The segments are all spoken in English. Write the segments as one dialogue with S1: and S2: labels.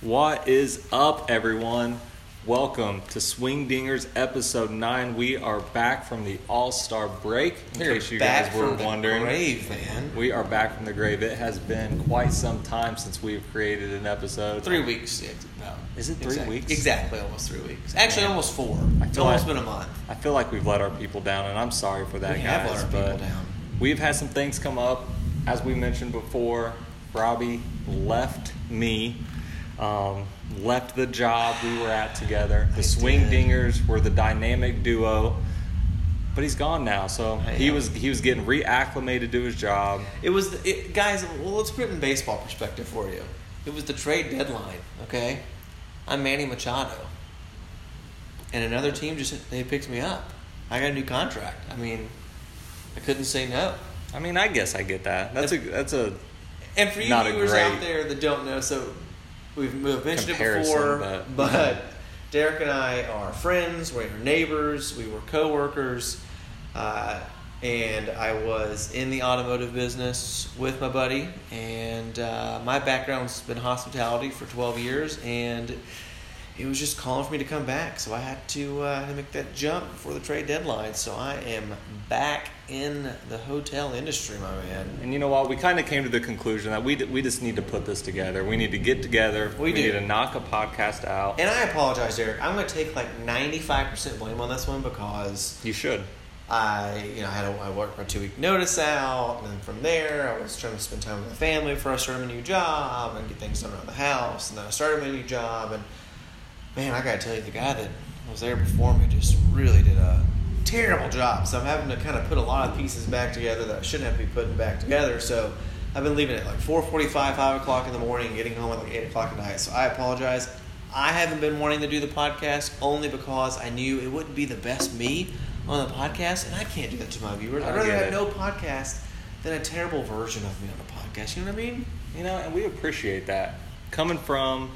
S1: What is up, everyone? Welcome to Swing Dingers episode 9. We are back from the All Star break, in
S2: You're
S1: case you
S2: back
S1: guys were
S2: from the
S1: wondering.
S2: grave, man.
S1: We are back from the grave. It has been quite some time since we've created an episode.
S2: Three weeks. yeah, No.
S1: Is it three
S2: Exactly-
S1: weeks?
S2: Exactly, almost three weeks. Actually,
S1: Man.
S2: almost four.
S1: I
S2: It's
S1: feel
S2: almost
S1: like-
S2: been a month.
S1: I feel like we've let our people down, and I'm sorry for that,
S2: We have
S1: guys.
S2: let our
S1: but
S2: people down.
S1: We've had some things come up, as we mentioned before. Robbie left me, um, left the job we were at together. The
S2: I
S1: Swing
S2: did.
S1: Dingers were the dynamic duo, but he's gone now. So
S2: I
S1: he
S2: know.
S1: was he was getting reacclimated to his job.
S2: It was, the, it, guys. Well, let's put it in baseball perspective for you. It was the trade deadline. Okay, I'm Manny Machado, and another team just they picked me up. I got a new contract. I mean, I couldn't say no.
S1: I mean, I guess I get that. That's a that's a
S2: And for you
S1: Not a
S2: viewers
S1: great
S2: out there that don't know, so we've, we've mentioned it
S1: comparison,
S2: before,
S1: but-
S2: but, Derek and I are friends. We're neighbors. We were coworkers, uh, and I was in the automotive business with my buddy. And uh, my background's been hospitality for twelve years, and it was just calling for me to come back. So I had to uh, make that jump before the trade deadline. So I am back in the hotel industry, my man.
S1: And you know what? We kind of came to the conclusion that we, d- we just need to put this together. We need to get together.
S2: We do.
S1: need to knock a podcast out.
S2: And I apologize, Derek. I'm going to take like 95% blame on this one because
S1: you should.
S2: I, you know, I had a, I worked my two week notice out, and then from there, I was trying to spend time with the family before I started my new job and get things done around the house. And then I started my new job, and man, I got to tell you, the guy that was there before me just really did a terrible job. So I'm having to kind of put a lot of pieces back together that I shouldn't have to be putting back together. So I've been leaving at like 4:45, 5 o'clock in the morning, and getting home at like 8 o'clock at night. So I apologize. I haven't been wanting to do the podcast only because I knew it wouldn't be the best me on the podcast, and I can't do that to my viewers.
S1: I
S2: I'd rather
S1: get
S2: have
S1: it.
S2: no podcast than a terrible version of me on the podcast. You know what I mean?
S1: You know, and we appreciate that. Coming from,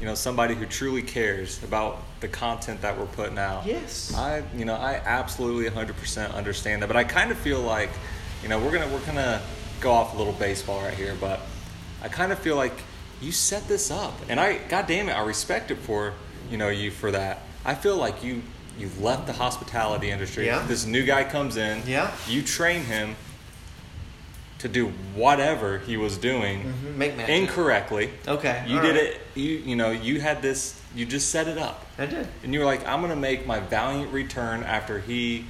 S1: you know, somebody who truly cares about the content that we're putting out.
S2: Yes.
S1: I, you know, I absolutely 100% understand that, but I kind of feel like, you know, we're gonna we're gonna go off a little baseball right here, but I kind of feel like you set this up, and I, God damn it, I respect it for you know you for that. I feel like you you've left the hospitality industry.
S2: Yeah.
S1: This new guy comes in.
S2: Yeah.
S1: You train him to do whatever he was doing
S2: Mhm. Make magic.
S1: incorrectly.
S2: Okay,
S1: You
S2: all
S1: did
S2: right.
S1: it. You you know you had this. You just set it up.
S2: I did.
S1: And you were like, I'm gonna make my valiant return after he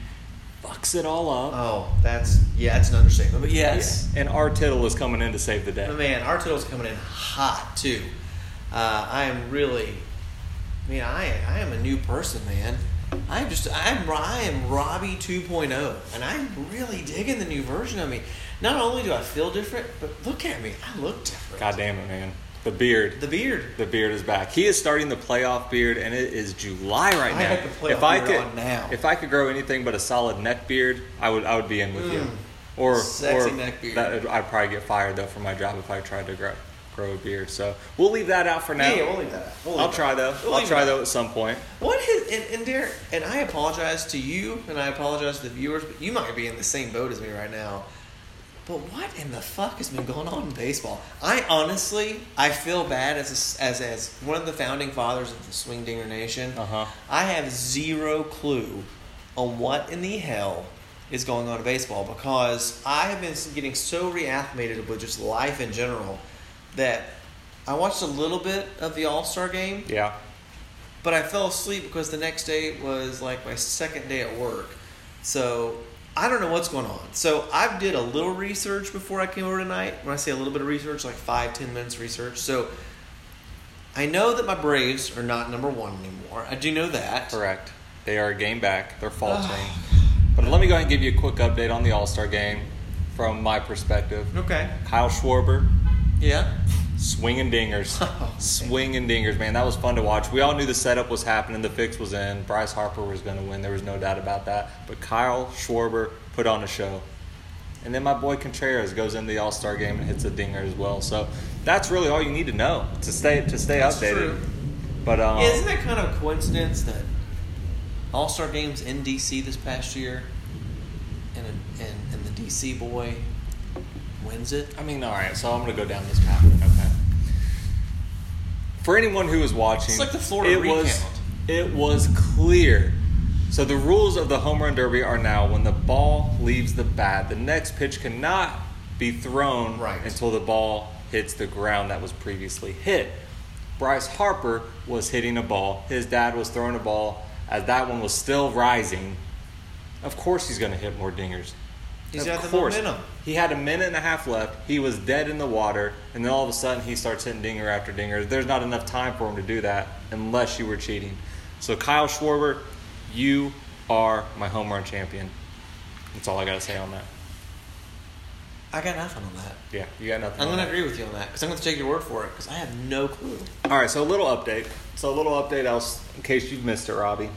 S1: fucks it all up.
S2: Oh, that's yeah, that's an understatement. But yes,
S1: Yeah. And our tittle is coming in to save the day.
S2: But Oh, man, our turtle's coming in hot too. Uh, I am really, I mean, I I am a new person, man. I'm just I'm Ro- I am Robbie 2.0, and I'm really digging the new version of me. Not only do I feel different, but look at me, I look different.
S1: God damn it, man. The beard.
S2: The beard.
S1: The beard is back. He is starting the playoff beard, and it is July right
S2: I
S1: now.
S2: have the playoff
S1: if I
S2: beard
S1: could,
S2: on now.
S1: if I could grow anything but a solid neck beard, I would. I would be in with you.
S2: Mm.
S1: Or
S2: Sexy
S1: or
S2: neck beard.
S1: that- I'd probably get fired though for my job if I tried to grow grow a beard. So we'll leave that out for now.
S2: yeah, we'll leave that. out. We'll
S1: I'll
S2: leave
S1: try
S2: that.
S1: though.
S2: We'll
S1: I'll
S2: leave
S1: try
S2: that.
S1: though at some point.
S2: What is and, and Derek and I apologize to you and I apologize to the viewers, but you might be in the same boat as me right now. But what in the fuck has been going on in baseball? I honestly, I feel bad as a, as as one of the founding fathers of the Swing Dinger Nation.
S1: Uh-huh.
S2: I have zero clue on what in the hell is going on in baseball because I have been getting so reacclimated with just life in general that I watched a little bit of the All Star game.
S1: Yeah.
S2: But I fell asleep because the next day was like my second day at work. So I don't know what's going on. So I did a little research before I came over tonight. When I say a little bit of research, like five, ten minutes research. So I know that my Braves are not number one anymore. I do know that.
S1: Correct. They are a game back. They're faltering. but let me go ahead and give you a quick update on the All Star game from my perspective.
S2: Okay.
S1: Kyle Schwarber,
S2: Yeah.
S1: swinging dingers.
S2: Oh, man.
S1: swinging dingers, man. That was fun to watch. We all knew the setup was happening, the fix was in. Bryce Harper was going to win. There was no doubt about that. But Kyle Schwarber put on a show. And then my boy Contreras goes into the All Star game and hits a dinger as well. So that's really all you need to know to stay to stay
S2: That's
S1: updated.
S2: true.
S1: But um,
S2: Isn't that kind of a coincidence that All Star Games in DC this past year, and and and the DC boy wins it?
S1: I mean, all right. So I'm gonna go down this path. Okay. for anyone who was watching,
S2: It's like the Florida
S1: it
S2: recount.
S1: was it was clear. So the rules of the home run derby are now when the ball leaves the bat, the next pitch cannot be thrown
S2: Right.
S1: until the ball hits the ground that was previously hit. Bryce Harper was hitting a ball. His dad was throwing a ball as that one was still rising. Of course, he's going to hit more dingers.
S2: He's
S1: of
S2: got the
S1: course.
S2: momentum.
S1: He had a minute and a half left. He was dead in the water, and then all of a sudden he starts hitting dinger after dinger. There's not enough time for him to do that unless you were cheating. So Kyle Schwarber, you are my home run champion. That's all I gotta say on that.
S2: I got nothing on that.
S1: Yeah, you got nothing.
S2: I'm
S1: on
S2: going to
S1: that.
S2: agree with you on that because I'm going to take your word for it because I have no clue.
S1: All right, so a little update. So a little update else in case you've missed it, Robbie.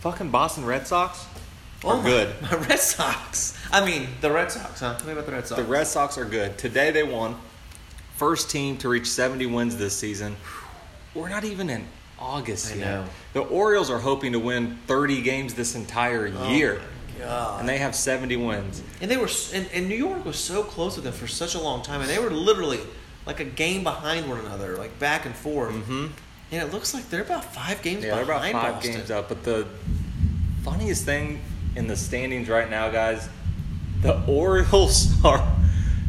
S1: Fucking Boston Red Sox are
S2: Oh my-
S1: good.
S2: My Red Sox. I mean, the Red Sox, huh? Tell me about the Red Sox.
S1: The Red Sox are good. Today they won. First team to reach 70 wins this season. We're not even in August
S2: I
S1: yet.
S2: know.
S1: The Orioles are hoping to win 30 games this entire
S2: Oh,
S1: year,
S2: my God.
S1: and they have 70 wins.
S2: And they were, s- and, and New York was so close with them for such a long time, and they were literally like a game behind one another, like back and forth.
S1: Mm-hmm.
S2: And it looks like they're about five games
S1: Yeah, they're about
S2: behind
S1: five
S2: Boston.
S1: games up. But the funniest thing in the standings right now, guys, the Orioles are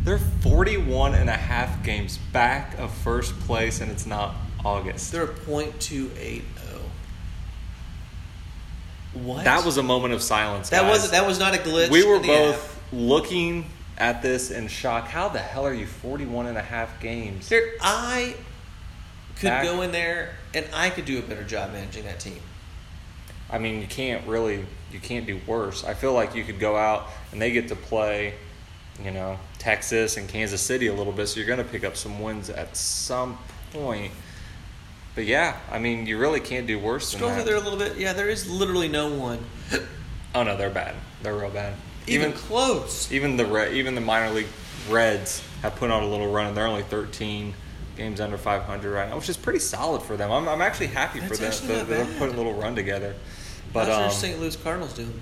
S1: they're 41 and a half games back of first place, and it's not August.
S2: They're a point two eight zero. What?
S1: that was a moment of silence.
S2: that
S1: guys.
S2: was that was not a glitch.
S1: we were
S2: in the app.
S1: both looking at this in shock. How the hell are you 41 and a half games?
S2: Dude, I could
S1: Back.
S2: go in there and I could do a better job managing that team.
S1: I mean, you can't really, you can't do worse. I feel like you could go out and they get to play, you know, Texas and Kansas City a little bit, so you're going to pick up some wins at some point. But yeah, I mean, you really can't do worse than
S2: Scroll through
S1: that.
S2: there a little bit. Yeah, there is literally no one
S1: Oh no, they're bad. They're real bad.
S2: even,
S1: Even
S2: close.
S1: even the Re- even the minor league Reds have put on a little run, and they're only 13 games under 500 right now, which is pretty solid for them. I'm, I'm actually happy for
S2: That's
S1: them.
S2: actually
S1: that
S2: not
S1: They're
S2: bad.
S1: putting a little run together.
S2: But
S1: But um,
S2: St. Louis Cardinals doing?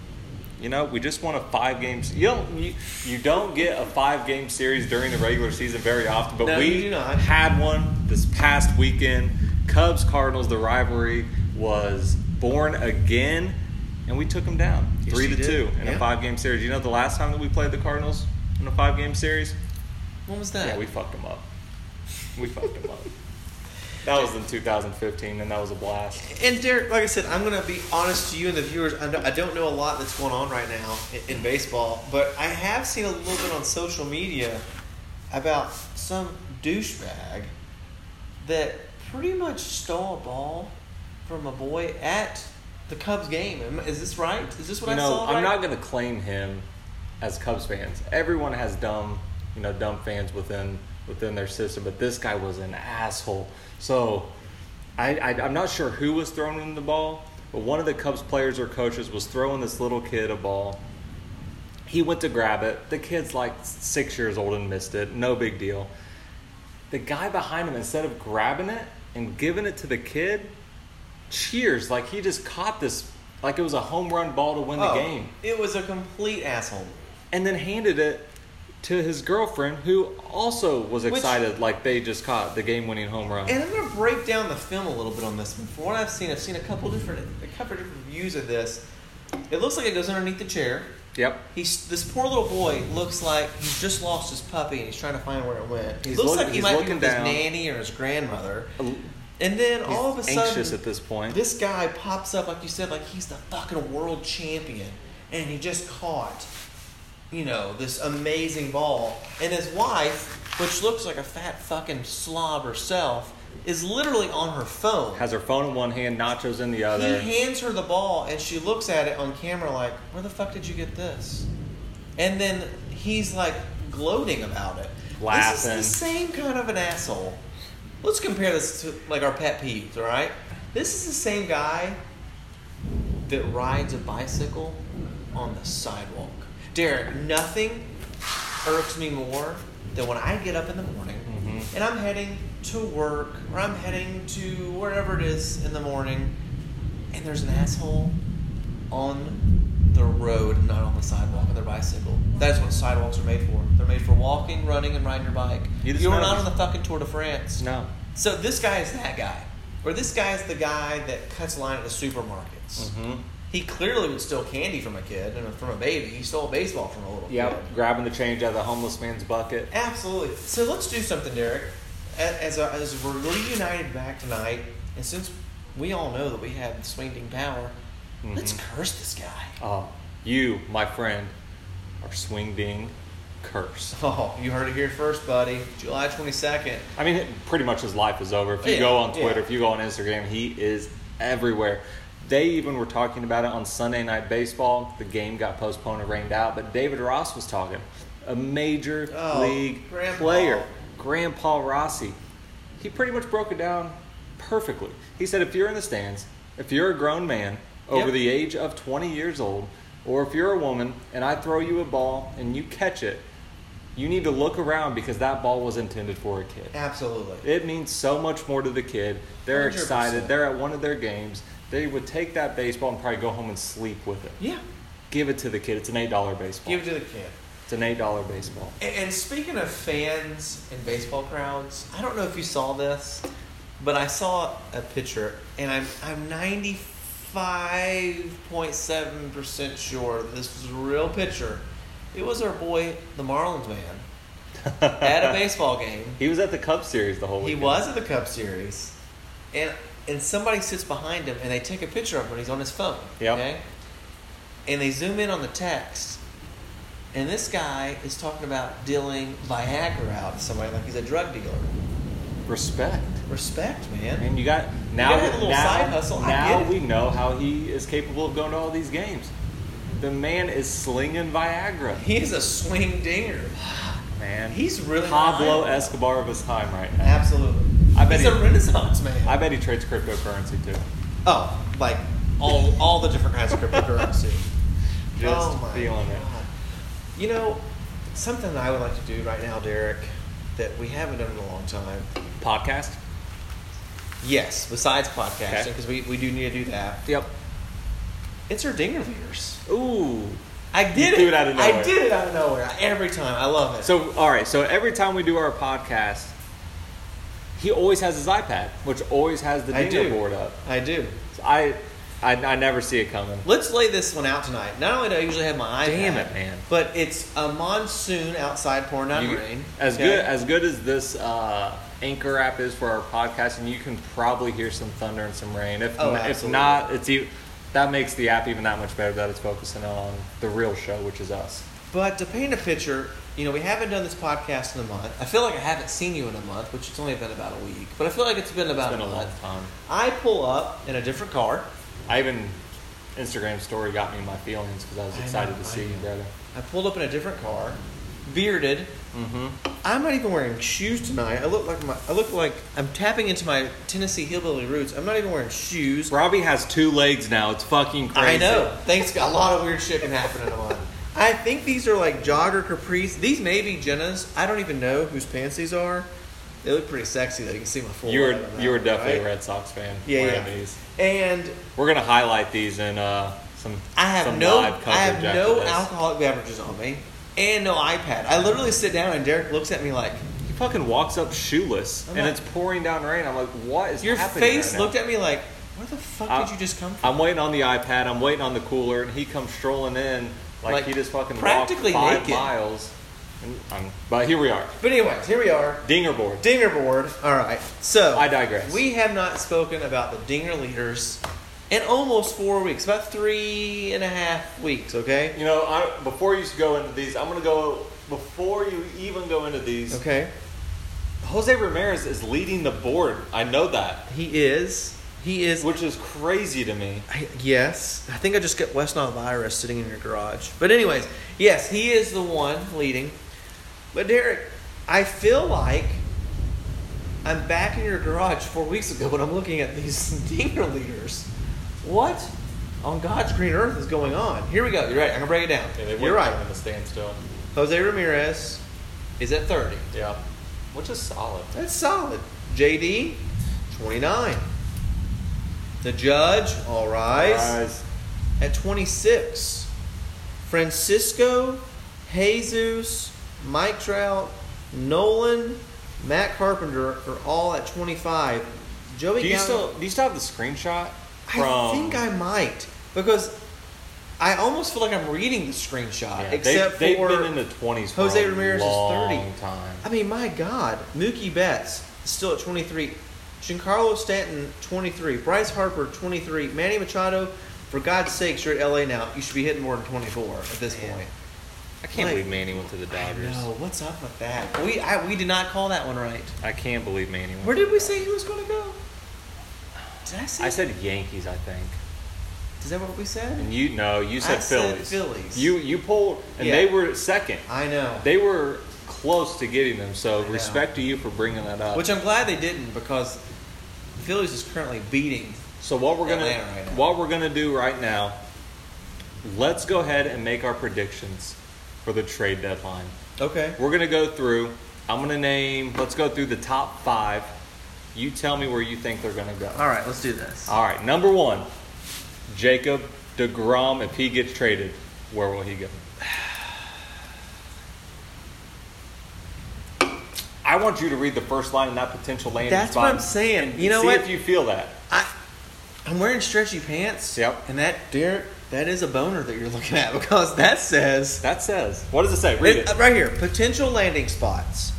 S1: you know, we just won a five game. You don't you, you don't get a five game series during the regular season very often, but
S2: No, you
S1: we
S2: do not.
S1: had one this past weekend. Cubs Cardinals, the rivalry was born again, and we took them down
S2: Yes,
S1: three to
S2: you did.
S1: two in
S2: Yeah.
S1: a five game series. You know, the last time that we played the Cardinals in a five game series,
S2: When was that?
S1: yeah, we fucked them up. We fucked them up. That was in 2015, and that was a blast.
S2: And Derek, like I said, I'm gonna be honest to you and the viewers. I don't- I don't know a lot that's going on right now in, in baseball, but I have seen a little bit on social media about some douchebag that pretty much stole a ball from a boy at the Cubs game. Am- Is this right? Is this what
S1: you
S2: I
S1: know,
S2: saw?
S1: I'm
S2: right?
S1: not going to claim him as Cubs fans. Everyone has dumb, you know, dumb fans within within their system, but this guy was an asshole. So, I, I I'm not sure who was throwing him the ball, but one of the Cubs players or coaches was throwing this little kid a ball. He went to grab it. The kid's like six years old and missed it. No big deal. The guy behind him, instead of grabbing it and giving it to the kid, cheers like he just caught this like it was a home run ball to win the
S2: Oh,
S1: game
S2: It was a complete asshole. move.
S1: and then handed it to his girlfriend who also was
S2: Which-
S1: excited like they just caught the game winning home run
S2: And I'm going to break down the film a little bit on this one. From what I've seen, I've seen a couple different, a couple different views of this. It looks like it goes underneath the chair.
S1: yep
S2: He's this poor little boy looks like he's just lost his puppy and he's trying to find where it went.
S1: He's
S2: looks
S1: look-
S2: like he
S1: he's
S2: might be
S1: looking
S2: with
S1: down.
S2: his nanny or his grandmother.
S1: he's
S2: And then all of a
S1: anxious at
S2: sudden,
S1: this point
S2: this guy pops up like you said, like he's the fucking world champion, and he just caught, you know, this amazing ball. And his wife, which looks like a fat fucking slob herself, is literally on her phone.
S1: has her phone in one hand nachos in the
S2: He
S1: other
S2: hands her the ball, and she looks at it on camera like, "Where the fuck did you get this?" And then he's like gloating about it.
S1: Laughing.
S2: This is the same kind of an asshole. Let's compare this to like our pet peeves. All right, this is the same guy that rides a bicycle on the sidewalk. Derek, nothing irks me more than when I get up in the morning
S1: Mhm.
S2: and I'm heading to work or I'm heading to wherever it is in the morning and there's an asshole on the road, not on the sidewalk, on their bicycle. That is what sidewalks are made for. They're made for walking, running, and riding your bike.
S1: You
S2: You
S1: just
S2: are
S1: know
S2: not
S1: these-
S2: on the fucking Tour de France.
S1: no
S2: So this guy is that guy, or this guy is the guy that cuts line at the supermarkets.
S1: Mm-hmm.
S2: He clearly would steal candy from a kid and from a baby. He stole a baseball from a little
S1: Yep,
S2: kid.
S1: grabbing the change out of the homeless man's bucket.
S2: Absolutely. So let's do something, Derek. A- As, a, as we're reunited back tonight, and since we all know that we have swinging power, let's curse this guy.
S1: Uh, you, my friend, are swing being cursed.
S2: Oh, you heard it here first, buddy. July 22nd.
S1: I mean, pretty much his life is over. If you
S2: Yeah,
S1: go on Twitter,
S2: yeah.
S1: if you go on Instagram, he is everywhere. They even were talking about it on Sunday Night Baseball. The game got postponed and rained out, but David Ross was talking. A major
S2: Oh,
S1: league
S2: Grandpa.
S1: player, Grandpa Rossi. He pretty much broke it down perfectly. He said, if you're in the stands, if you're a grown man over
S2: Yep.
S1: the age of 20 years old, or if you're a woman and I throw you a ball and you catch it, you need to look around because that ball was intended for a kid.
S2: Absolutely.
S1: It means so much more to the kid. They're
S2: 100%.
S1: excited. They're at one of their games. They would take that baseball and probably go home and sleep with it.
S2: Yeah.
S1: Give it to the kid. It's an eight dollar baseball.
S2: Give it to the kid.
S1: it's an eight dollar baseball.
S2: And, and speaking of fans and baseball crowds, I don't know if you saw this, but I saw a picture, and I'm I'm ninety five point seven percent sure this was a real picture. It was our boy, the Marlins man, at a baseball game.
S1: He was at the Cup Series the whole
S2: He
S1: weekend.
S2: was at the Cup Series, and and somebody sits behind him, and they take a picture of him when he's on his phone.
S1: Yep.
S2: And they zoom in on the text, and this guy is talking about dealing Viagra out to somebody like he's a drug dealer.
S1: Respect.
S2: Respect, man.
S1: And you got now.
S2: have a little
S1: now,
S2: side hustle. I
S1: Now
S2: get it.
S1: we know how he is capable of going to all these games. The man is slinging Viagra.
S2: He is a swing dinger.
S1: Man,
S2: He's really
S1: Pablo
S2: high.
S1: Escobar of his time right now.
S2: Absolutely.
S1: I bet
S2: he's
S1: he-
S2: a renaissance man.
S1: I bet he trades cryptocurrency too.
S2: oh, like all all the different kinds of cryptocurrency.
S1: Just
S2: oh my
S1: feeling it.
S2: God. You know, something that I would like to do right now, Derek, that we haven't done in a long time.
S1: Podcast.
S2: Yes, besides podcasting,
S1: Okay.
S2: because we, we do need to do that.
S1: Yep.
S2: It's our dinger viewers.
S1: Ooh.
S2: I did
S1: You
S2: it.
S1: threw it out of
S2: I
S1: nowhere.
S2: did it out of nowhere. Every time. I love it.
S1: So all right. So every time we do our podcast, he always has his iPad, which always has the
S2: I
S1: dinger
S2: do.
S1: board up.
S2: I do.
S1: So I, I, I never see it coming.
S2: Let's lay this one out tonight. Not only do I usually have my iPad,
S1: Damn it, man.
S2: but it's a monsoon outside pouring down
S1: You-
S2: rain.
S1: as
S2: Okay?
S1: good as good as this uh, Anchor app is for our podcast, and you can probably hear some thunder and some rain. If
S2: Oh,
S1: if
S2: absolutely.
S1: not, it's even, that makes the app even that much better that it's focusing on the real show, which is us.
S2: But to paint a picture, you know, we haven't done this podcast in a month. I feel like I haven't seen you in a month, which it's only been about a week. But I feel like it's been
S1: It's
S2: about
S1: been a
S2: a
S1: long
S2: month.
S1: time.
S2: I pull up in a different car.
S1: I even Instagram story got me in my feelings because I was
S2: I know,
S1: excited
S2: I
S1: to see you,
S2: know.
S1: brother.
S2: I pulled up in a different car, bearded.
S1: Mm-hmm.
S2: I'm not even wearing shoes tonight. I look like my, I look like I'm tapping into my Tennessee hillbilly roots. I'm not even wearing shoes.
S1: Robbie has two legs now. It's fucking
S2: I
S1: crazy.
S2: know. Thanks. A lot of weird shit can happen in a month. I think these are like jogger capris. These may be Jenna's. I don't even know whose pants these are. They look pretty sexy though. You can see my full.
S1: You
S2: leg
S1: were
S2: on that
S1: you were
S2: one,
S1: definitely
S2: right?
S1: a Red Sox fan.
S2: Yeah,
S1: wearing
S2: yeah.
S1: These.
S2: And
S1: We're gonna highlight these in uh, some.
S2: I have
S1: some
S2: no,
S1: live
S2: I
S1: coverage
S2: have
S1: after
S2: no
S1: this.
S2: alcoholic beverages on me, and no iPad. I literally sit down and Derek looks at me like
S1: He fucking walks up shoeless,
S2: I'm
S1: and
S2: not-
S1: it's pouring down rain. I'm like, what is
S2: your
S1: happening
S2: face
S1: right now?
S2: looked at me like, where the fuck
S1: I-
S2: did you just come from?
S1: I'm waiting on the iPad. I'm waiting on the cooler, and he comes strolling in like,
S2: Like,
S1: he just fucking
S2: practically
S1: walked five
S2: naked.
S1: miles. And I'm, but here we are,
S2: But anyways, here we are,
S1: dinger board.
S2: dinger board. All right, so
S1: I digress.
S2: We have not spoken about the dinger leaders in almost four weeks, about three and a half weeks. Okay,
S1: You know, I, before you go into these, I'm gonna go before you even go into these.
S2: okay,
S1: Jose Ramirez is leading the board. I know that,
S2: he is, he is.
S1: which is crazy to me.
S2: I, yes, I think I just got West Nile virus sitting in your garage. But anyways, yes, he is the one leading. But Derek, I feel like I'm back in your garage four weeks ago when I'm looking at these dinger leaders. What on God's green earth is going on? Here we go. You're right. I'm gonna break it down.
S1: Yeah, they
S2: You're
S1: went
S2: right.
S1: down in the standstill.
S2: Jose Ramirez is at 30.
S1: Yeah, which is solid.
S2: That's solid. JD, 29. The judge, all rise
S1: Guys,
S2: at 26. Francisco, Jesus, Mike Trout, Nolan, Matt Carpenter are all at 25. Joey
S1: Do you
S2: Gallo-
S1: still do you still have the screenshot from?
S2: I think I might because I almost feel like I'm reading the screenshot,
S1: Yeah, they-
S2: except
S1: they've,
S2: for
S1: been in the twenties.
S2: Jose
S1: a
S2: Ramirez is
S1: long
S2: 30.
S1: Time.
S2: I mean, my God, Mookie Betts is still at 23, Giancarlo Stanton 23, Bryce Harper 23, Manny Machado. For God's sakes, you're at LA now. You should be hitting more than 24 at this
S1: Man.
S2: point.
S1: I can't
S2: like-
S1: believe Manny went to the Dodgers.
S2: No, what's up with that? We I, we did not call that one right.
S1: I can't believe Manny went.
S2: Where
S1: to
S2: did
S1: the
S2: we
S1: Dodgers.
S2: say he was going to go? Did I say?
S1: I said Yankees. I think.
S2: Is that what we said?
S1: And you no, you
S2: I
S1: said
S2: said
S1: Phillies.
S2: Phillies.
S1: You you pulled, and
S2: Yeah.
S1: they were second.
S2: I know.
S1: They were close to getting them. So
S2: know.
S1: respect to you for bringing that up.
S2: Which I'm glad they didn't because the Phillies is currently beating.
S1: So what we're gonna
S2: Atlanta right now.
S1: what we're gonna do right now, let's go ahead and make our predictions for the trade deadline.
S2: Okay.
S1: We're gonna go through. I'm gonna name. Let's go through the top five. You tell me where you think they're gonna go.
S2: All right, let's do this.
S1: All right. Number one, Jacob Degrom. If he gets traded, where will he go? I want you to read the first line in that potential landing
S2: That's
S1: spot
S2: what I'm saying.
S1: and
S2: You know
S1: see
S2: what?
S1: if you feel that.
S2: I, I'm wearing stretchy pants.
S1: Yep.
S2: And that, Derek, that is a boner that you're looking at because that says
S1: That says. What does it say? Read it.
S2: Uh, right here potential landing spots.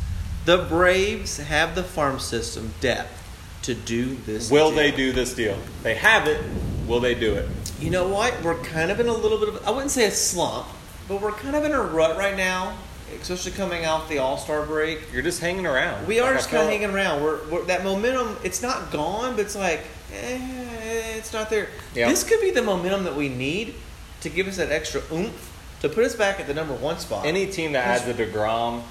S2: The Braves have the farm system depth to do this.
S1: Will
S2: deal.
S1: they do this deal? They have it. Will they do it?
S2: You know what? We're kind of in a little bit of, I wouldn't say a slump, but we're kind of in a rut right now, especially coming off the All Star break.
S1: You're just hanging around.
S2: We are
S1: Like, I
S2: just kind of
S1: felt-
S2: hanging around. We're, we're that momentum. It's not gone, but it's like eh, it's not there.
S1: Yeah.
S2: This could be the momentum that we need to give us that extra oomph to put us back at the number one spot.
S1: Any team that adds a Degrom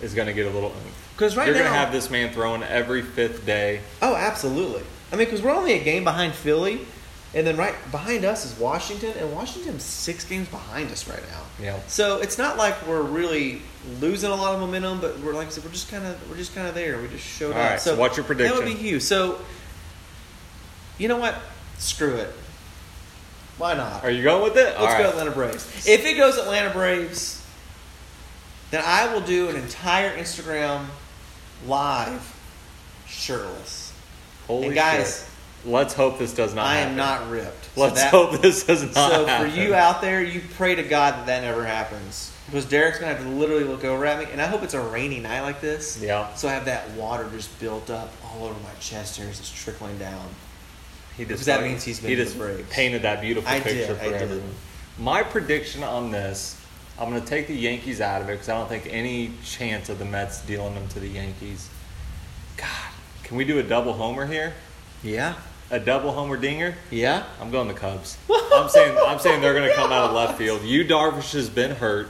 S1: is going to get a little. oomph.
S2: 'Cause right
S1: you're
S2: now-
S1: to have this man throwing every fifth day.
S2: oh, absolutely. I mean, because we're only a game behind Philly, and then right behind us is Washington, and Washington's six games behind us right now.
S1: Yeah.
S2: So it's not like we're really losing a lot of momentum, but we're like I said, we're just kind of we're just kind of there. We just showed
S1: All
S2: up.
S1: right, so what's your
S2: That would
S1: prediction?
S2: be you. So you know what? Screw it. Why not?
S1: Are you going with it?
S2: Let's
S1: All
S2: go
S1: right.
S2: Atlanta Braves. If it goes Atlanta Braves, then I will do an entire Instagram live shirtless.
S1: Holy
S2: and guys,
S1: shit. let's hope this does not.
S2: I
S1: happen.
S2: am not ripped. So
S1: Let's
S2: that-
S1: hope this does not.
S2: so
S1: happen.
S2: for you out there, you pray to God that that never happens because Derek's gonna have to literally look over at me, and I hope it's a rainy night like this.
S1: Yeah.
S2: So I have that water just built up all over my chest here as it's trickling down.
S1: He
S2: Because that means he's been
S1: he
S2: to
S1: just
S2: the Braves.
S1: painted that beautiful
S2: I did,
S1: picture for
S2: I did.
S1: everyone. My prediction on this, I'm going to take the Yankees out of it because I don't think any chance of the Mets dealing them to the Yankees. God, can we do a double homer here?
S2: Yeah.
S1: A double homer dinger?
S2: Yeah.
S1: I'm going the Cubs. I'm saying I'm saying they're going to come out of left field. You Darvish has been hurt.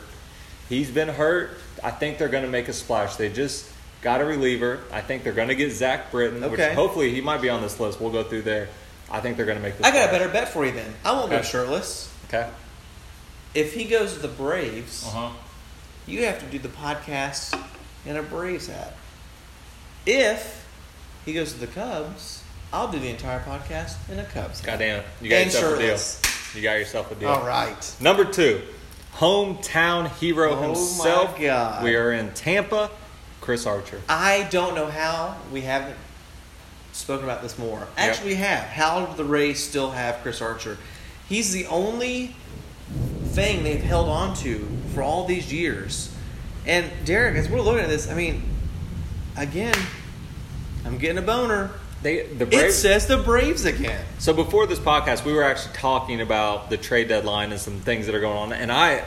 S1: He's been hurt. I think they're going to make a splash. They just got a reliever. I think they're going to get Zach Britton,
S2: Okay.
S1: which hopefully he might be on this list. We'll go through there. I think they're going to make. The
S2: I got a
S1: splash.
S2: better bet for you then. I won't go
S1: Okay.
S2: shirtless.
S1: Okay.
S2: If he goes to the Braves,
S1: huh.
S2: you have to do the podcast in a Braves hat. If he goes to the Cubs, I'll do the entire podcast in a Cubs hat.
S1: God damn it! You got
S2: And
S1: yourself
S2: shirtless.
S1: a deal. You got yourself a deal.
S2: All right.
S1: Number two, hometown hero
S2: Oh my
S1: himself.
S2: God.
S1: We are in Tampa. Chris Archer.
S2: I don't know how we haven't spoken about this more. Actually, we have. How do the Rays still have Chris Archer? He's the only thing they've held on to for all these years. And Derek, as we're looking at this, I mean, again, I'm getting a boner.
S1: They the
S2: It
S1: Braves.
S2: says the Braves again.
S1: So before this podcast, we were actually talking about the trade deadline and some things that are going on, and I,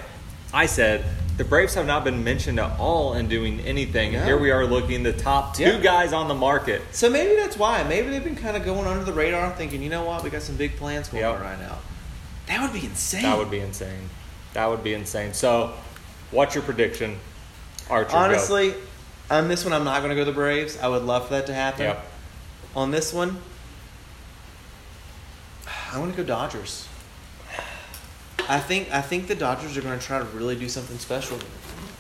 S1: I said the Braves have not been mentioned at all in doing anything.
S2: No.
S1: And here we are looking the top two
S2: Yeah.
S1: guys on the market.
S2: So maybe that's why. Maybe they've been kind of going under the radar, thinking, you know what, we got some big plans going
S1: Yep.
S2: on right now. That would be insane.
S1: That would be insane. That would be insane. So, what's your prediction, Archer? go.
S2: Honestly, on this one, I'm not going to go the Braves. I would love for that to happen.
S1: Yep.
S2: On this one, I want to go Dodgers. I think I think the Dodgers are going to try to really do something special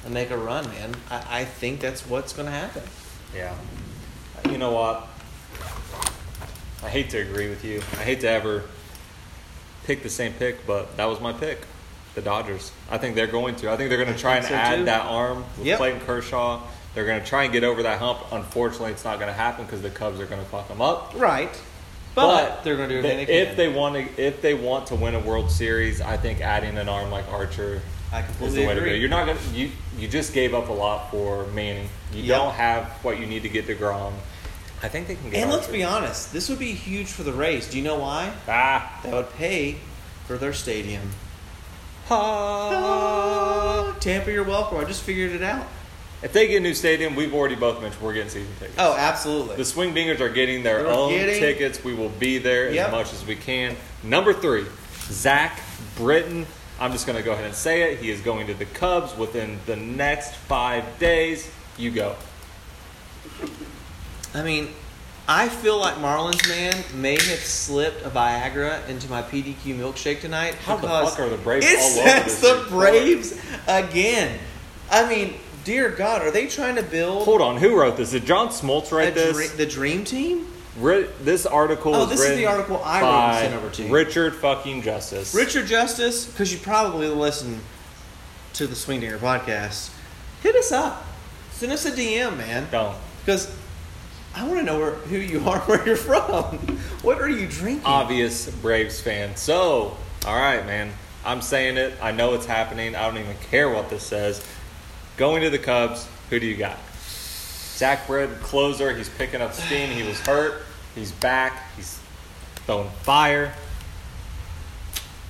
S2: and make a run, man. I, I think that's what's going to happen.
S1: yeah. You know what? I hate to agree with you. I hate to ever pick the same pick, but that was my pick. The Dodgers. I think they're going to. I think they're going to try and
S2: think so,
S1: add
S2: too.
S1: that arm with
S2: Yep.
S1: Clayton Kershaw. They're going to try and get over that hump. Unfortunately, it's not going to happen because the Cubs are going to fuck them up.
S2: Right. But,
S1: But
S2: they're going to do
S1: They-
S2: anything.
S1: if they want to, if they want to win a World Series, I think adding an arm like Archer
S2: I
S1: is
S2: completely
S1: the way to
S2: agree.
S1: go. You're not going to you you just gave up a lot for Manning. You
S2: Yep.
S1: don't have what you need to get to Grom. I think they can get.
S2: and let's
S1: Archer.
S2: be honest, this would be huge for the Rays. Do you know why?
S1: ah.
S2: That would pay for their stadium.
S1: Ah.
S2: Tampa, you're welcome. I just figured it out.
S1: If they get a new stadium, we've already both mentioned we're getting season tickets.
S2: Oh, absolutely.
S1: The swing bingers are getting their
S2: They're
S1: own
S2: getting-
S1: tickets. We will be there
S2: Yep.
S1: as much as we can. Number three, Zach Britton. I'm just going to go ahead and say it. He is going to the Cubs within the next five days. You go.
S2: I mean, I feel like Marlins man may have slipped a Viagra into my PDQ milkshake tonight.
S1: How the
S2: because
S1: fuck are the Braves
S2: It
S1: all over
S2: says
S1: this
S2: the
S1: report?
S2: Braves again. I mean, dear God, are they trying to build
S1: Hold on. Who wrote this? Did John Smoltz
S2: a
S1: write this?
S2: dre- the dream team?
S1: Writ- this article
S2: Oh,
S1: was
S2: this is the
S1: written
S2: article I wrote and
S1: by
S2: sent over to you.
S1: Richard fucking Justice.
S2: Richard Justice, because you probably listen to the Swing Dinger podcast, hit us up. Send us a DM, man.
S1: Don't.
S2: Because I want to know where, who you are, where you're from. What are you drinking?
S1: obvious Braves fan. So, all right, man. I'm saying it. I know it's happening. I don't even care what this says. Going to the Cubs, who do you got? Zach Britton, closer. He's picking up steam. He was hurt. He's back. He's throwing fire.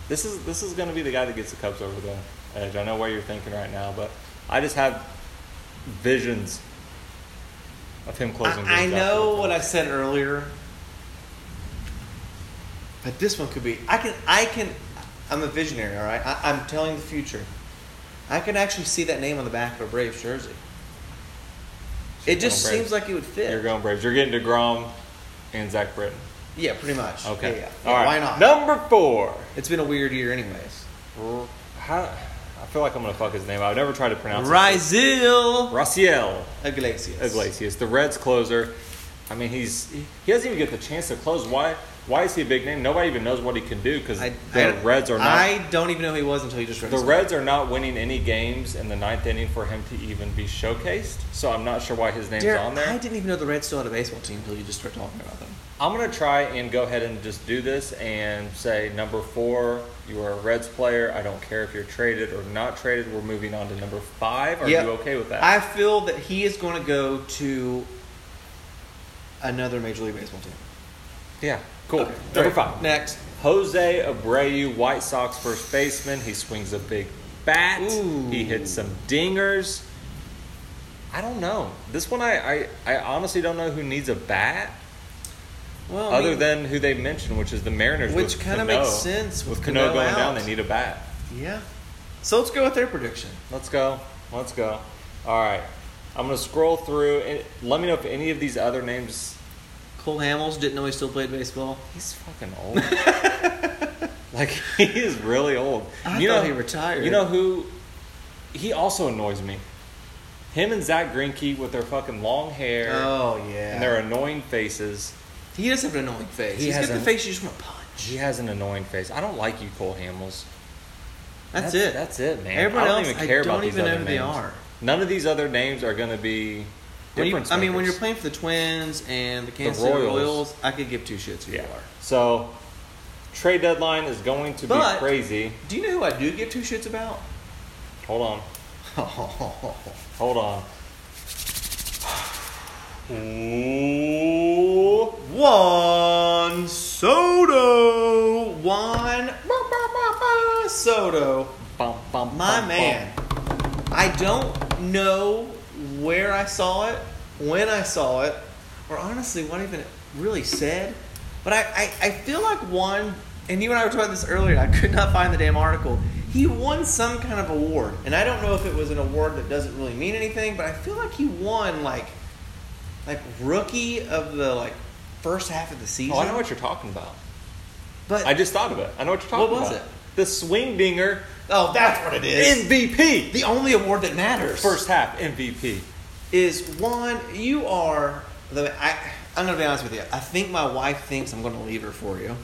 S1: This is this is going to be the guy that gets the Cubs over the edge. I know where you're thinking right now, but I just have visions of him closing.
S2: I, I
S1: games out for the
S2: know
S1: Cubs.
S2: what I said earlier, but this one could be. I can. I can. I'm a visionary. All right. I, I'm telling the future. I can actually see that name on the back of a Braves jersey. It just
S1: Oh, Braves.
S2: seems like it would fit.
S1: You're going Braves. You're getting DeGrom and Zach Britton.
S2: Yeah, pretty much.
S1: Okay.
S2: Yeah, yeah.
S1: All right.
S2: Why not?
S1: Number four.
S2: It's been a weird year, anyways.
S1: R- How, I feel like I'm gonna fuck his name. I've never tried to pronounce it.
S2: Rizil
S1: Raciel
S2: Iglesias.
S1: Iglesias, the Reds closer. I mean, he's he doesn't even get the chance to close. Why? Why is he a big name? Nobody even knows what he can do because
S2: I,
S1: the
S2: I-
S1: Reds are not.
S2: I don't even know who he was until you just read
S1: the
S2: his name.
S1: Reds are not winning any games in the ninth inning for him to even be showcased. So I'm not sure why his name's
S2: Derek,
S1: on there.
S2: I didn't even know the Reds still had a baseball team until you just started talking about them.
S1: I'm gonna try and go ahead and just do this and say number four, you are a Reds player. I don't care if you're traded or not traded. We're moving on to number five. Are
S2: Yep.
S1: you okay with that?
S2: I feel that he is going to go to another Major League Baseball team.
S1: yeah, cool.
S2: Okay.
S1: Number
S2: Alright,
S1: five,
S2: Next.
S1: Jose Abreu, White Sox first baseman. He swings a big bat.
S2: Ooh.
S1: He hits some dingers. I don't know. This one, I, I, I honestly don't know who needs a bat
S2: Well, I
S1: other
S2: mean,
S1: than who they mentioned, which is the Mariners.
S2: Which
S1: with
S2: kinda
S1: Cano.
S2: makes sense
S1: With
S2: with
S1: Cano,
S2: Cano
S1: going
S2: out.
S1: down, they need a bat.
S2: yeah. So let's go with their prediction.
S1: Let's go. Let's go. All right. I'm going to scroll through. And let me know if any of these other names.
S2: Cole Hamels didn't know he still played baseball.
S1: He's fucking old. like, he is really old.
S2: I
S1: you
S2: thought
S1: know,
S2: he retired.
S1: You know who? He also annoys me. Him and Zach Greinke with their fucking long hair
S2: Oh
S1: and their
S2: yeah.
S1: annoying faces.
S2: He does have an annoying face.
S1: He
S2: He's
S1: has
S2: got the
S1: a-
S2: face you just want to punch.
S1: He has an annoying face. I don't like you, Cole Hamels.
S2: That's, it.
S1: That's it, man.
S2: Everyone
S1: I don't
S2: else,
S1: even care
S2: I don't
S1: about these
S2: even know
S1: other
S2: who they
S1: names.
S2: are.
S1: None of these other names are going to be.
S2: When you,
S1: difference
S2: I mean, when you're
S1: makers.
S2: playing for the Twins and the Kansas City
S1: Royals.
S2: Royals, I could give two shits who
S1: Yeah.
S2: you are.
S1: So trade deadline is going to
S2: But-
S1: be crazy.
S2: Do you know who I do give two shits about?
S1: Hold on. Hold on. Ooh.
S2: Juan Soto. Juan bah, bah, bah, bah, Soto.
S1: Bum, bum, bum,
S2: My
S1: bum.
S2: man. I don't know where I saw it, when I saw it, or honestly what even it really said. But I, I, I feel like Juan, and you and I were talking about this earlier, I could not find the damn article. He won some kind of award. And I don't know if it was an award that doesn't really mean anything, but I feel like he won like like rookie of the like first half of the season.
S1: Oh, I know what you're talking about.
S2: but
S1: I just thought of it. I know what you're talking about.
S2: Uh, What was it?
S1: The swing dinger
S2: oh that's what it is.
S1: MVP.
S2: the only award that matters.
S1: First half MVP.
S2: is one you are the I I'm gonna be honest with you. I think my wife thinks I'm gonna leave her for you.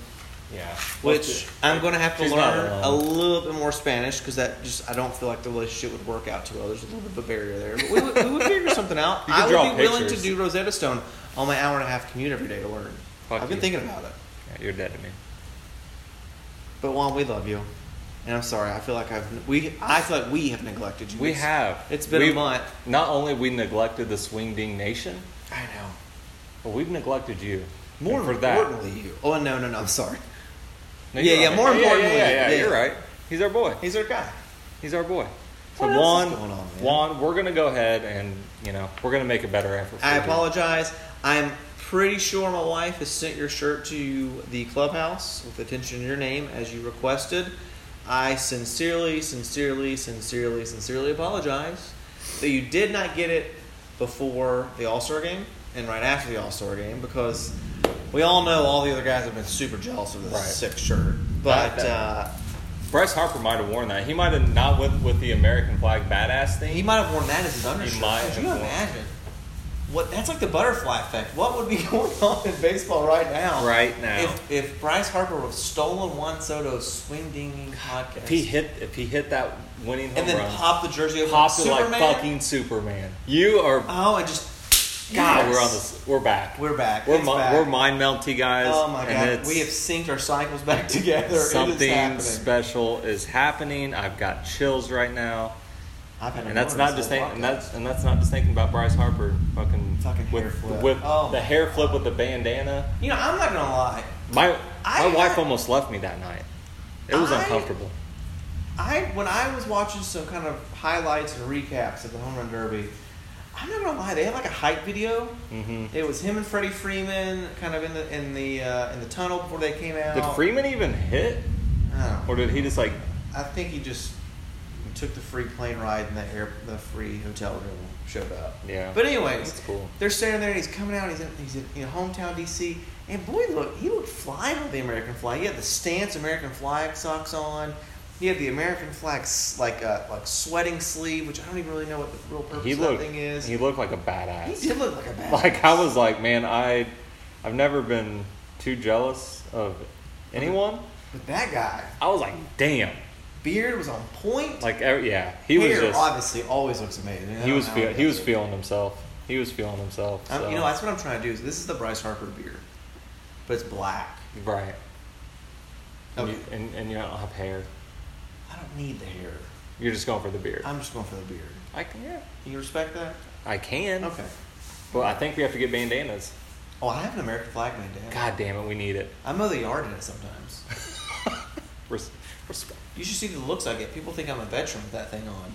S1: Yeah.
S2: which I'm going to have to
S1: She's not
S2: learn
S1: alone.
S2: a little bit more Spanish because that just I don't feel like the relationship would work out too well. There's a little bit of a barrier there, but we, would- we would figure something out.
S1: You could
S2: I would
S1: draw
S2: be willing to
S1: pictures.
S2: do Rosetta Stone on my hour and a half commute every day to learn.
S1: Fuck
S2: I've been
S1: you.
S2: thinking about it.
S1: Yeah, you're dead to me.
S2: But Juan, we love you, and I'm sorry. I feel like I've we I feel like we have neglected you.
S1: We
S2: It's-
S1: have.
S2: It's been
S1: We've-
S2: a month.
S1: Not only we neglected the swing ding nation,
S2: I know.
S1: but we've neglected you.
S2: More
S1: And for that.
S2: importantly, you. Oh no, no, no. I'm sorry.
S1: No,
S2: Yeah,
S1: you're
S2: yeah,
S1: right.
S2: more
S1: Oh, yeah,
S2: importantly,
S1: Yeah, yeah, yeah,
S2: yeah.
S1: You're right. He's our boy.
S2: He's our guy.
S1: He's our boy. So
S2: What else
S1: Juan,
S2: is going on, man?
S1: Juan, we're gonna go ahead and you know we're gonna make a better effort. for
S2: I
S1: you.
S2: apologize. I'm pretty sure my wife has sent your shirt to the clubhouse with attention to your name as you requested. I sincerely, sincerely, sincerely, sincerely apologize that you did not get it before the All Star game and right after the All Star game because we all know all the other guys have been super jealous of this
S1: Right.
S2: sick shirt. But
S1: that-
S2: uh,
S1: Bryce Harper might have worn that. He might have not went with the American flag badass thing.
S2: he might have worn that as his undershirt.
S1: might
S2: Could
S1: have
S2: you
S1: worn-
S2: imagine? What that's like the butterfly effect. What would be going on in baseball right now?
S1: right now. If,
S2: If, if Bryce Harper would have stolen Juan Soto's swing dinging podcast
S1: he hit, if he hit that winning home
S2: and then
S1: run,
S2: popped the jersey over
S1: popped it
S2: Superman,
S1: like fucking Superman. You are.
S2: oh, and just
S1: God,
S2: Yes.
S1: we're on this. We're back.
S2: We're back.
S1: We're
S2: It's
S1: mi-
S2: back.
S1: we're mind melty guys.
S2: Oh my
S1: and
S2: god,
S1: it's-
S2: we have synced our cycles back together. it is
S1: something
S2: happening.
S1: special is happening. I've got chills right now,
S2: I've had a
S1: and that's
S2: moment
S1: not just
S2: this whole
S1: think, and
S2: walkout.
S1: that's and that's not just thinking about Bryce Harper fucking
S2: Fucking hair
S1: with
S2: flip.
S1: with
S2: Oh
S1: the
S2: my
S1: hair flip with the bandana.
S2: you know I'm not gonna lie.
S1: My
S2: I-
S1: my wife almost left me that night. It was
S2: I-
S1: uncomfortable.
S2: I when I was watching some kind of highlights and recaps of the home run derby, I'm not gonna lie, they had like a hype video.
S1: hmm
S2: It was him and Freddie Freeman kind of in the in the uh, in the tunnel before they came out.
S1: Did Freeman even hit,
S2: I don't know.
S1: or did he just like?
S2: I think he just took the free plane ride and the air, the free hotel room showed up.
S1: Yeah.
S2: But anyways,
S1: That's cool.
S2: They're standing there and he's coming out. He's in, he's in you know, hometown DC, and boy, look, he looked flying with the American flag. He had the stance American flag socks on. He had the American flag s- like uh, like sweating sleeve, which I don't even really know what the real purpose
S1: He
S2: of
S1: looked.
S2: that thing is.
S1: He looked like a badass.
S2: He did look like a bad.
S1: like I was like, man, I, I've never been too jealous of anyone.
S2: but that guy
S1: I was like, damn,
S2: beard was on point.
S1: like ev- yeah, he was
S2: Hair
S1: just
S2: obviously always looks amazing. I
S1: he
S2: don't
S1: was
S2: know
S1: feel,
S2: how
S1: he was
S2: does it.
S1: feeling himself. He was feeling himself.
S2: I'm-
S1: so-
S2: You know, that's what I'm trying to do. Is this is the Bryce Harper beer, but it's black.
S1: right. And,
S2: Okay.
S1: you, and and you don't have hair.
S2: I don't need the hair.
S1: You're just going for the beard.
S2: I'm just going for the beard.
S1: I can, yeah,
S2: Can you respect that?
S1: I can.
S2: Okay.
S1: But I think we have to get bandanas.
S2: Oh, I have an American flag bandana.
S1: God damn it, we need it.
S2: I mow the yard in it sometimes.
S1: Res- res-
S2: You should see the looks I get. People think I'm a veteran with that thing on.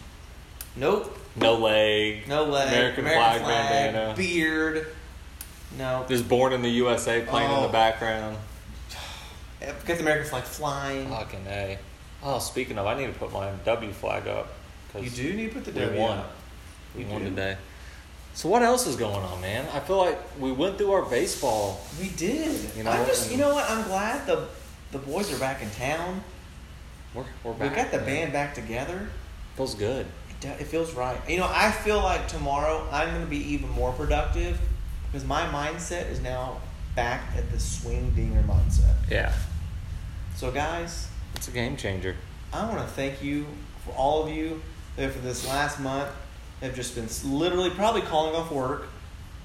S2: Nope.
S1: no leg.
S2: No way.
S1: American flag bandana.
S2: Beard. No.
S1: Just born in the USA, playing in
S2: Oh.
S1: the background.
S2: Got the American flag flying.
S1: Fucking A. Oh, speaking of, I need to put my W flag up. 'cause
S2: you do need to put the
S1: we
S2: W
S1: won.
S2: up.
S1: We
S2: you
S1: won
S2: do.
S1: today. So what else is going on, man? I feel like we went through our baseball.
S2: We did.
S1: You know,
S2: I'm just.
S1: and-
S2: You know what? I'm glad the the boys are back in town.
S1: We're, we're
S2: We
S1: back.
S2: got the
S1: man.
S2: band back together.
S1: Feels good.
S2: It, do- it feels right. You know, I feel like tomorrow I'm going to be even more productive because my mindset is now back at the swing dinger mindset.
S1: Yeah,
S2: So, guys,
S1: it's a game changer.
S2: I want to thank you for all of you that for this last month have just been s- literally probably calling off work,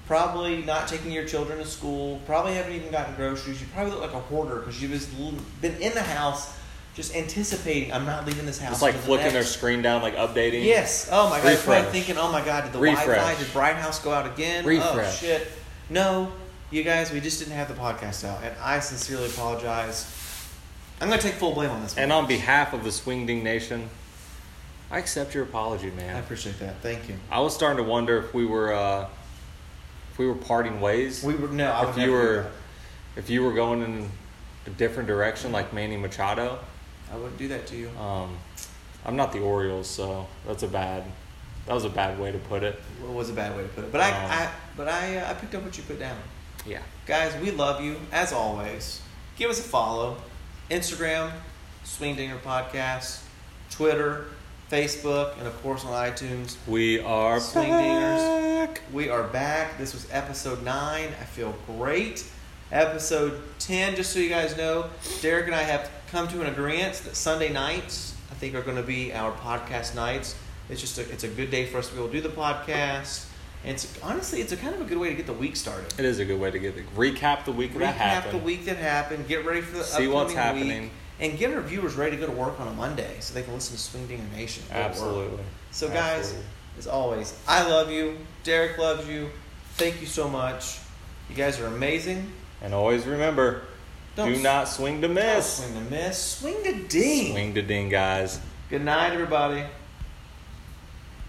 S2: probably not taking your children to school, probably haven't even gotten groceries. You probably look like a hoarder because you've just l- been in the house just anticipating I'm not leaving this house.
S1: It's like
S2: until the
S1: flicking their
S2: next-
S1: screen down, like updating.
S2: Yes. Oh my god. You're probably
S1: Refresh.
S2: thinking, oh my god, did the
S1: Refresh.
S2: Wi-Fi, did Bright House go out again? Oh
S1: Refresh.
S2: shit. No, you guys, we just didn't have the podcast out, and I sincerely apologize. I'm gonna take full blame on this.
S1: And
S2: one.
S1: on behalf of the Swing Ding Nation, I accept your apology,
S2: I
S1: man.
S2: appreciate that. Thank you.
S1: I was starting to wonder if we were uh, if we were parting ways.
S2: We were no. I would
S1: if you
S2: never do
S1: were if you were going in a different direction, like Manny Machado.
S2: that. I wouldn't do that to you.
S1: Um, I'm not the Orioles, so that's a bad. That was a bad way to put it.
S2: Well, was a bad way to put it, but I,
S1: Um,
S2: I but I, uh, I picked up what you put down.
S1: Yeah.
S2: Guys, we love you as always. Give us a follow. Instagram, Swing Dinger Podcast, Twitter, Facebook, and of course on iTunes.
S1: We are
S2: Swing dingers.
S1: back.
S2: We are back. This was episode nine. I feel great. episode 10. Just so you guys know, Derek and I have come to an agreement that Sunday nights, I think, are going to be our podcast nights. It's just a, it's a good day for us to be able to do the podcast. And it's honestly, it's a kind of a good way to get the week started.
S1: It is a good way to get the recap the week that
S2: Recap
S1: happened.
S2: the week that happened. Get ready for the
S1: See
S2: upcoming
S1: what's
S2: week,
S1: happening.
S2: and get our viewers ready to go to work on a Monday so they can listen to Swing Dinger Nation. at work.
S1: Absolutely.
S2: So, guys,
S1: Absolutely.
S2: as always, I love you. Derek loves you. Thank you so much. You guys are amazing.
S1: and always remember,
S2: Don't
S1: do not swing to
S2: don't
S1: miss.
S2: swing to miss. Swing to ding.
S1: Swing to ding, guys.
S2: Good night, everybody.